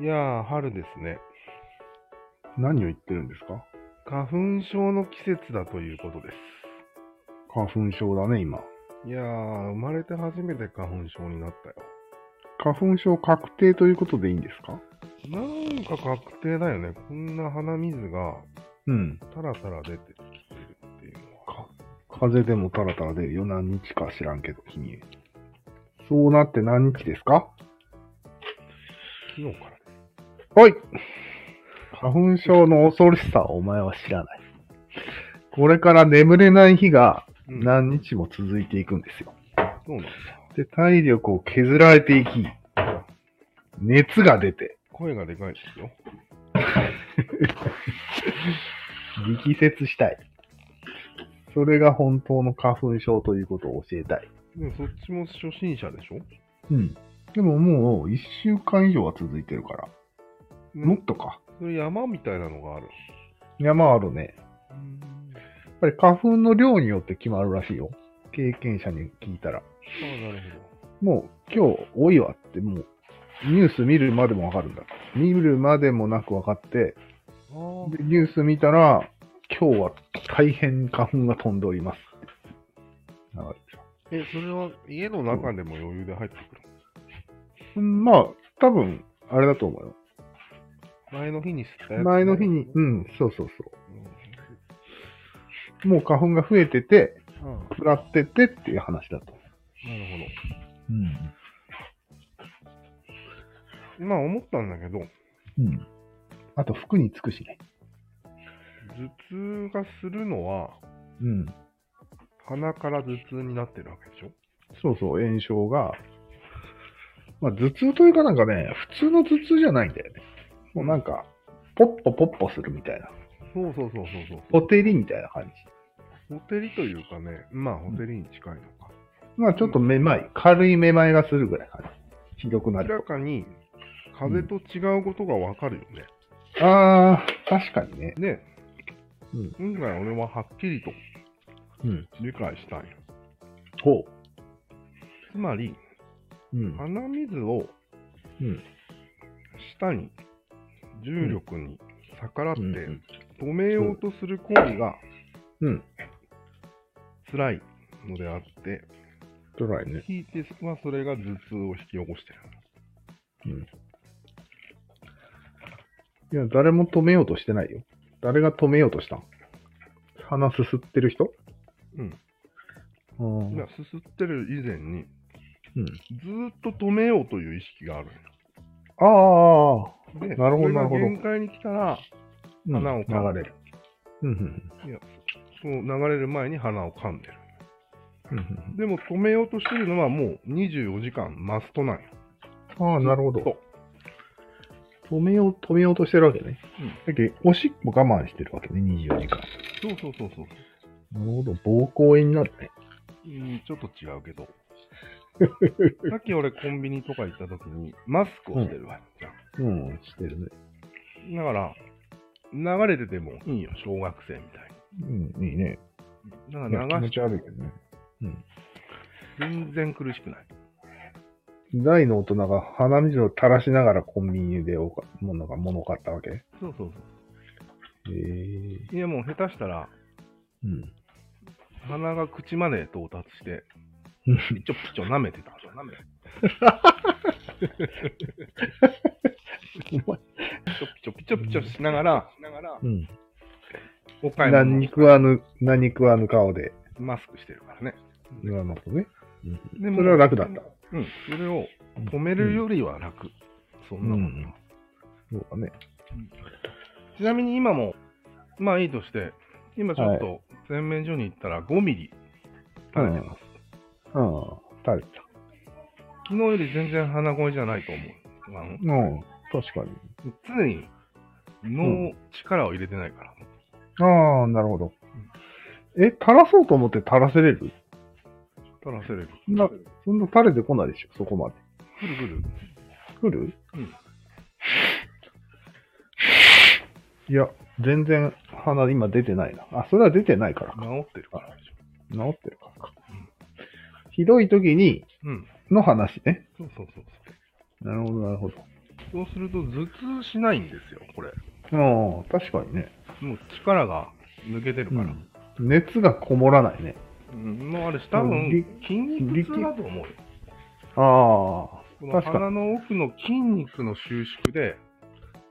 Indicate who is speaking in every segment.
Speaker 1: いやー、春ですね。
Speaker 2: 何を言ってるんですか
Speaker 1: 花粉症の季節だということです。
Speaker 2: 花粉症だね、今。
Speaker 1: いやー、生まれて初めて花粉症になったよ。
Speaker 2: 花粉症確定ということでいいんですか
Speaker 1: なんか確定だよね。こんな鼻水が
Speaker 2: うん。
Speaker 1: タラタラ出てきてるっていうのは。
Speaker 2: 風邪でもタラタラ出るよ。何日か知らんけど、日に。そうなって何日ですか
Speaker 1: 昨日からです。
Speaker 2: おい花粉症の恐ろしさをお前は知らない。これから眠れない日が
Speaker 1: うん
Speaker 2: 何日も続いていくんですよ。
Speaker 1: そうなんだ。
Speaker 2: で、体力を削られていき、熱が出て、
Speaker 1: 声がでかいですよ。
Speaker 2: 力説したい。それが本当の花粉症ということを教えたい。
Speaker 1: でもそっちも初心者でしょ、
Speaker 2: うん。でももう1週間以上は続いてるから。もっ
Speaker 1: ね、
Speaker 2: とか。
Speaker 1: それ山みたいなのがある。
Speaker 2: 山あるね。
Speaker 1: うん。あ
Speaker 2: やっぱり花粉の量によって決まるらしいよ。経験者に聞いたら。
Speaker 1: あ、なるほど。
Speaker 2: もう今日多いわってもうニュース見るまでもわかるんだ。見るまでもなく分かって、
Speaker 1: あ
Speaker 2: でニュース見たら、今日は大変花粉が飛んでおりますって流れてた
Speaker 1: え、それは家の中でも余裕で入ってくる。
Speaker 2: うんまあ、多分、あれだと思うよ。
Speaker 1: 前の日に吸ったやつ。
Speaker 2: 前の日に、うん、そうそうそう。もう花粉が増えてて、
Speaker 1: うん。うん
Speaker 2: 食らっててっていう話だと。
Speaker 1: なる
Speaker 2: うん。
Speaker 1: ほど。まあ思ったんだけど、
Speaker 2: うん。あと、服につくしね。
Speaker 1: 頭痛がするのは
Speaker 2: うん。
Speaker 1: 鼻から頭痛になってるわけでしょ
Speaker 2: そうそう、炎症が。まあ、頭痛というかなんかね、普通の頭痛じゃないんだよね。もうなんか、ポッポポッポするみたいな。
Speaker 1: そうそうそうそうそ
Speaker 2: ポ
Speaker 1: う。
Speaker 2: テリみたいな感じ。
Speaker 1: ホテリというかね、まあホテリに近いのか。
Speaker 2: まあ、ちょっとめまい。軽いめまいがするぐらい感じ。ひどくな
Speaker 1: 明ら
Speaker 2: る
Speaker 1: かに風邪と違うことがわかるよね。
Speaker 2: と。あー、確かにね。
Speaker 1: ね、
Speaker 2: うん
Speaker 1: 今回俺ははっきりと
Speaker 2: うん。
Speaker 1: 理解したいよ。
Speaker 2: ほ
Speaker 1: つまり、
Speaker 2: う。うん。
Speaker 1: 鼻水を
Speaker 2: うん
Speaker 1: 舌に重力に逆らって
Speaker 2: うん
Speaker 1: 止めようとする行為が
Speaker 2: うん。
Speaker 1: 辛いのであって、
Speaker 2: ドライね。
Speaker 1: 聞いてはそれが頭痛を引き起こしてる。
Speaker 2: いや、誰も止めようとしてないよ。誰が止めようとしたん鼻すすってる人
Speaker 1: うん。
Speaker 2: うん。
Speaker 1: いやすすってる以前に、
Speaker 2: うん。
Speaker 1: ずーっと止めようという意識がある
Speaker 2: ああ、
Speaker 1: のよ。で
Speaker 2: なるほど
Speaker 1: それが
Speaker 2: なるほど
Speaker 1: 限界に来たら、
Speaker 2: うん
Speaker 1: 鼻をかむ
Speaker 2: 流れる。うんうん
Speaker 1: いやそう流れる前に鼻を噛んでる。
Speaker 2: うんうん
Speaker 1: でも止めようとしてるのはもう24時間マストなんよ。
Speaker 2: うん。ああ、なるほ
Speaker 1: そう
Speaker 2: ど。止めよう、止めようとしてるわけね。だけどおしっこ我慢してるわけね、24時間。
Speaker 1: そうそうそうそう。
Speaker 2: なるほど、膀胱炎になるね。
Speaker 1: うん、ちょっと違うけ ど。さっき俺コンビニとか行った時にマスクをしてるわけじゃん。
Speaker 2: うん、してるね。
Speaker 1: だから、流れててもいいよ、小学生みたい
Speaker 2: うん、いいね。
Speaker 1: に。だから
Speaker 2: いや気
Speaker 1: 流
Speaker 2: 持
Speaker 1: し
Speaker 2: ち悪いけどね。
Speaker 1: 全然苦しくない。
Speaker 2: 大の大人が鼻水を垂らしながらコンビニでおかもうなんか物を買ったわけへ
Speaker 1: そうそう
Speaker 2: え。
Speaker 1: そう。いやもう下手したら、
Speaker 2: うん。
Speaker 1: 鼻が口まで到達して、ピチョピチョ舐めてたんだよ。舐めてピチョ
Speaker 2: うまい
Speaker 1: ピチョピチョピチョしながら、
Speaker 2: うん。
Speaker 1: お買い
Speaker 2: 何
Speaker 1: 物
Speaker 2: 食わぬ、何食わぬ顔で。
Speaker 1: マスクしてるからね。
Speaker 2: なるほどね。
Speaker 1: でも
Speaker 2: それは楽だった。
Speaker 1: うん、それを止めるよりは楽。そんなもんな。
Speaker 2: そうだね。
Speaker 1: ちなみに今も、まあいいとして、今ちょっと洗面所に行ったら5ミリ垂れてます。
Speaker 2: うん。垂れてた。
Speaker 1: 昨日より全然鼻声じゃないと思う。あの
Speaker 2: うん。確かに。
Speaker 1: 常に脳力を入れてないから。
Speaker 2: ああ、なるほど。え、垂らそうと思って垂らせれる
Speaker 1: 垂らせれる。
Speaker 2: そんな、そんな垂れてこないでしょ、そこまで。
Speaker 1: くるくる。
Speaker 2: 来る
Speaker 1: うん。
Speaker 2: いや、全然鼻今出てないな。あ、それは出てないからか。
Speaker 1: 治ってるからでしょ。
Speaker 2: 治ってるからか。ひどい時に、
Speaker 1: うん。
Speaker 2: の話ね。
Speaker 1: そうそうそう
Speaker 2: なるほど、なるほど。
Speaker 1: そうすると頭痛しないんですよ、これ。
Speaker 2: ああ、確かにね。
Speaker 1: もう力が抜けてる
Speaker 2: う
Speaker 1: から。
Speaker 2: ん、熱がこもらないね。
Speaker 1: うん、もうあれ、多分
Speaker 2: 力
Speaker 1: 筋肉痛だと思うよ。
Speaker 2: ああ、
Speaker 1: この
Speaker 2: 確かに
Speaker 1: 鼻の奥の筋肉の収縮で、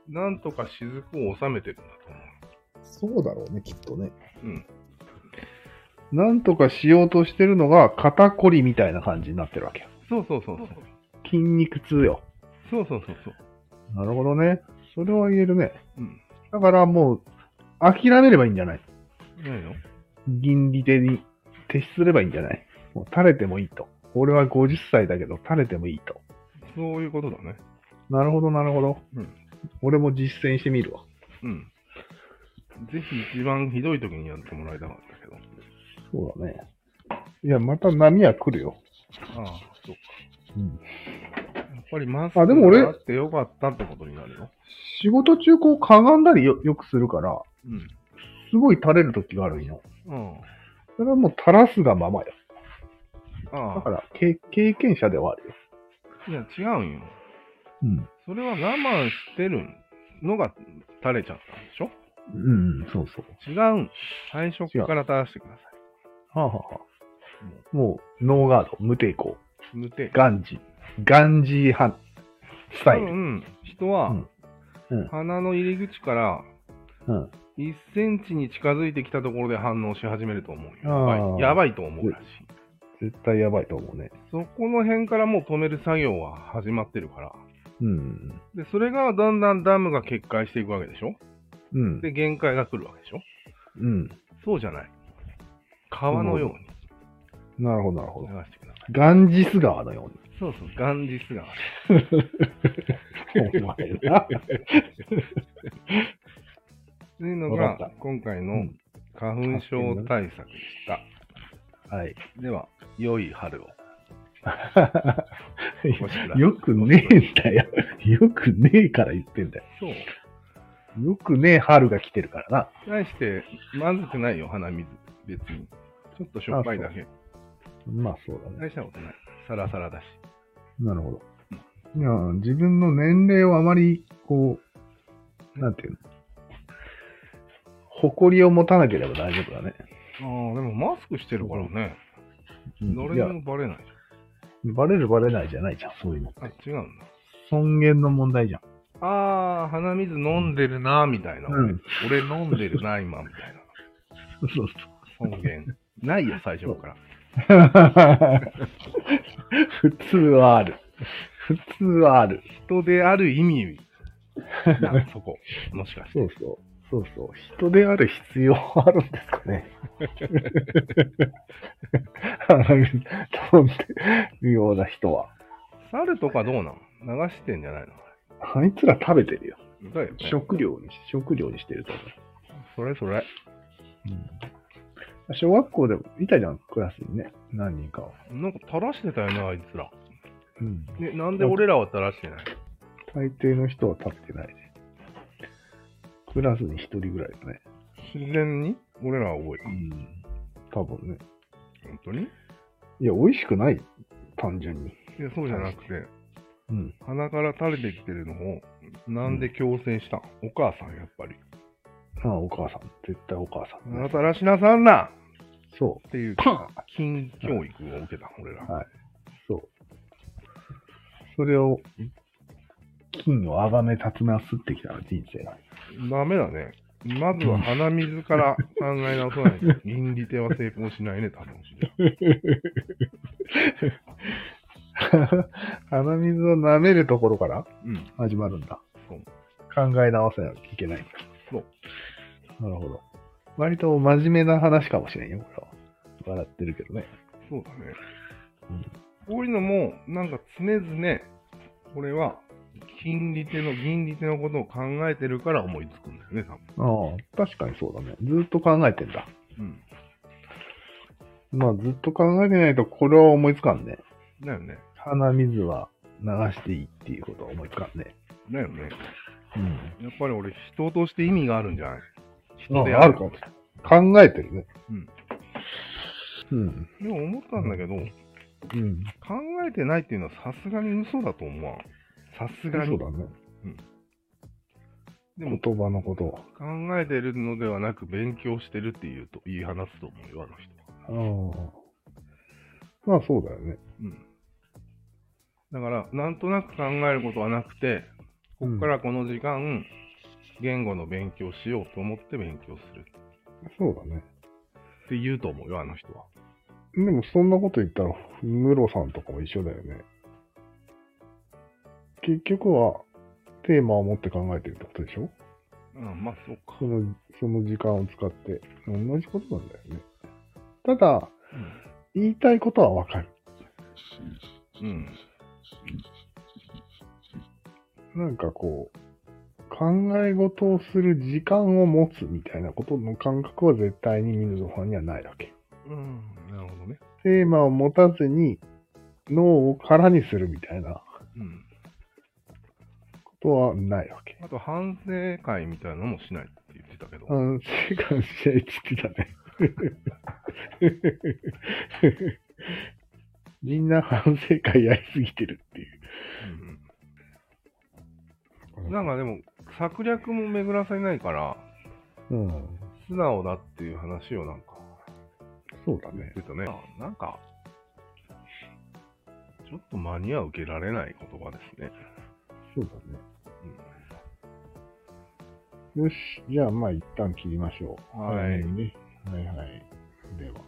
Speaker 1: なんとか雫を収めてるんだと思
Speaker 3: そうだろうね、きっとね。
Speaker 1: う。うん。
Speaker 2: なんとかしようとしてるのが肩こりみたいな感じになってるわけよ。
Speaker 1: そうそうそうそう。
Speaker 2: 筋肉痛よ。
Speaker 1: そうそうそうそう。
Speaker 2: なるほどね。それは言えるね。
Speaker 1: うん。
Speaker 2: だからもう、諦めればいいんじゃない
Speaker 1: ないの
Speaker 2: 銀利手に徹しすればいいんじゃないもう垂れてもいいと。俺は50歳だけど垂れてもいいと。
Speaker 1: そういうことだね。
Speaker 2: なるほど、なるほど。
Speaker 1: うん
Speaker 2: 俺も実践してみるわ。
Speaker 1: うん。ぜひ一番ひどい時にやってもらいたかったけど。
Speaker 2: そうだね。いや、また波は来るよ。
Speaker 1: ああ、そう
Speaker 2: うん、
Speaker 1: か。やっぱりマスク
Speaker 2: あでも俺
Speaker 1: あってよかったってことになるよ。
Speaker 2: 仕事中こうかがんだりよよくするから、
Speaker 1: うん。
Speaker 2: すごい垂れる時があるんよ。
Speaker 1: うん。
Speaker 2: それはもう垂らすがままよ。だ
Speaker 1: あ
Speaker 2: から、け経験者ではあるよ。
Speaker 1: あ、いや、違うんよ。
Speaker 2: うん。
Speaker 1: それは我慢してるのが垂れちゃったんでしょ
Speaker 2: うん、そうそう。
Speaker 1: 違うん。最初から垂らしてくださ
Speaker 2: はあ、はあはあ、もう、ノーガード、無抵抗、
Speaker 1: い。無抵抗。
Speaker 2: ガンジー、ガンジー派、スタ
Speaker 1: 多
Speaker 2: イル。
Speaker 1: 分、人は、
Speaker 2: うんうん
Speaker 1: 鼻の入り口から
Speaker 2: うん。
Speaker 1: 1センチに近づいてきたところで反応し始めると思うよ。
Speaker 2: ああ
Speaker 1: やばいやばいと思うらしい。
Speaker 2: 絶対やばいと思うね。
Speaker 1: そこの辺からもう止める作業は始まってるから。
Speaker 2: うん。
Speaker 1: で、それがだんだんダムが決壊していくわけでしょ
Speaker 2: うん。
Speaker 1: で、限界が来るわけでしょ
Speaker 2: うん。
Speaker 1: そうじゃない。川のよう
Speaker 2: なるほど、なるほ
Speaker 1: に
Speaker 2: ど
Speaker 1: 流。してください。
Speaker 2: ガンジス川のよ
Speaker 1: そうそう、ガンジス川。
Speaker 2: うに。お前な
Speaker 1: というの
Speaker 2: わ
Speaker 1: が
Speaker 2: かった、
Speaker 1: 今回
Speaker 2: う
Speaker 1: の
Speaker 2: ん
Speaker 1: 花粉症対策でした。
Speaker 2: はい。
Speaker 1: で は、良い春を。お越しください
Speaker 2: よくねえんだよ。よくねえから言ってんだよ。
Speaker 1: そう。
Speaker 2: よくねえ春が来てるからな。
Speaker 1: 対して、まずくないよ、鼻水。別に。ちょっとしょっぱいだけ。
Speaker 2: まあそうだね。
Speaker 1: 大したことない。サラサラだし。
Speaker 2: なるほど。いや、自分の年齢をあまり、こう、なんていうの。誇りを持たなければ大丈夫だね。
Speaker 1: ああ、でもマスクしてるからね。
Speaker 2: うん
Speaker 1: 誰
Speaker 2: い
Speaker 1: に
Speaker 2: や、
Speaker 1: もバレないじ
Speaker 2: バレるバレないじゃないじゃん、そういうの。
Speaker 1: ゃん。あ、違うんだ。
Speaker 2: 尊厳の問題じゃん。
Speaker 1: ああ、鼻水飲んでるな、みたいな、
Speaker 2: うん
Speaker 1: 俺飲んでるな、今、みたいな。
Speaker 2: そうそう。
Speaker 1: 尊厳。ないよ、最初から。
Speaker 2: 普通はある。普通はある。
Speaker 1: 人である意味、な そこ。もしかして。
Speaker 2: そうそう。そうそう。人である必要はあるんですかね。 飛んでるような人は。
Speaker 1: 猿とかどうなの流してんじゃないの
Speaker 2: あいつら食べてるよ。
Speaker 1: だよね。
Speaker 2: 食料に、食料にしてると思
Speaker 1: それそれ。
Speaker 2: う。小学校でもいたじゃん、クラスにね。何人かは。
Speaker 1: なんか垂らしてたよね、あいつら。
Speaker 2: うん。
Speaker 1: ね、なんで俺らは垂らしてない
Speaker 2: 大抵の人は食べてないね。クラスに一人ぐらいだね。
Speaker 1: 自然に俺らは多い。
Speaker 2: ん。多分ね。
Speaker 1: 本当にい
Speaker 2: いや、美味しくない。単純に。
Speaker 1: や、そうじゃなくて、
Speaker 2: うん。
Speaker 1: 鼻から垂れてきてるのを、なんで強制したの、お母さん、やっぱり。
Speaker 2: ああ、お母さん。絶対お母さん、
Speaker 1: あなたらしなさんな
Speaker 2: そ
Speaker 1: っていう
Speaker 2: う。、パン
Speaker 1: 金教育を受けた、俺ら。
Speaker 2: はいそう。それを、金をあがめたつなすってきたら人生が。
Speaker 1: ダメだね。まずは鼻水から考え直さないと、倫理手は成功しないね、多分。
Speaker 2: 鼻水を舐めるところから
Speaker 1: うん。
Speaker 2: 始まるんだ。
Speaker 1: そう
Speaker 2: 考え直さなきゃいけないんだ。
Speaker 1: そう。
Speaker 2: なるほど。割と真面目な話かもしれんよ、これは。笑ってるけどね。
Speaker 1: そうだね。こういうのも、なんか常々、これは、金利手の、銀利手のことを考えてるから思いつくんだよね、多分。
Speaker 2: ああ、確かにそうだね。ずっと考えてんだ。
Speaker 1: うん。
Speaker 2: まあ、ずっと考えてないと、これは思いつかんね。
Speaker 1: だよね。
Speaker 2: 鼻水は流していいっていうことは思いつかんね。
Speaker 1: だよね。
Speaker 2: うん。
Speaker 1: やっぱり俺、人として意味があるんじゃない人で
Speaker 2: ああるかもしれない。考えてるね。
Speaker 1: うん。
Speaker 2: うん。
Speaker 1: でも思ったんだけど、
Speaker 2: うん。
Speaker 1: 考えてないっていうのはさすがに嘘だと思わん。さすがに。
Speaker 2: そうだね。
Speaker 1: でも、
Speaker 2: 言葉のことを。
Speaker 1: 考えてるのではなく、勉強してるって言うと、言い放つと思うよ、あの人は。
Speaker 2: ああ。まあそうだよね。
Speaker 1: うん。だから、なんとなく考えることはなくて、ここからこの時間、言語の勉強しようと思って勉強する
Speaker 2: そうだね。
Speaker 1: って言うと思うよ、あの人は。
Speaker 2: でもそんなこと言ったら、ムロさんとかも一緒だよね。結局は、テーマを持って考えてるってことでしょ
Speaker 1: うん、まあ、そうか。
Speaker 2: その、その時間を使って。同じことなんだよね。ただ、言いたいことはわかる。
Speaker 1: うん。
Speaker 2: なんかこう、考え事をする時間を持つみたいなことの感覚は絶対に水野さんにはないわけ。
Speaker 1: うん、なるほどね。
Speaker 2: テーマを持たずに脳を空にするみたいな
Speaker 1: うん。
Speaker 2: ことはないわけ。
Speaker 1: あと、反省会みたいなのもしないって言ってたけど。
Speaker 2: うん、世界試合って言ってたね。みんな反省会やりすぎてるっていう。
Speaker 1: うんうん、なんかでも、策略も巡らせないから、
Speaker 2: うん、
Speaker 1: 素直だっていう話をなんか
Speaker 2: そうだ
Speaker 1: 言っ
Speaker 2: ね。
Speaker 1: てたね。なんか、ちょっと間には受けられない言葉ですね。
Speaker 2: そうだね。よし、じゃあまあ一旦切りましょう。
Speaker 1: はい
Speaker 2: 早めにねはいはい。では。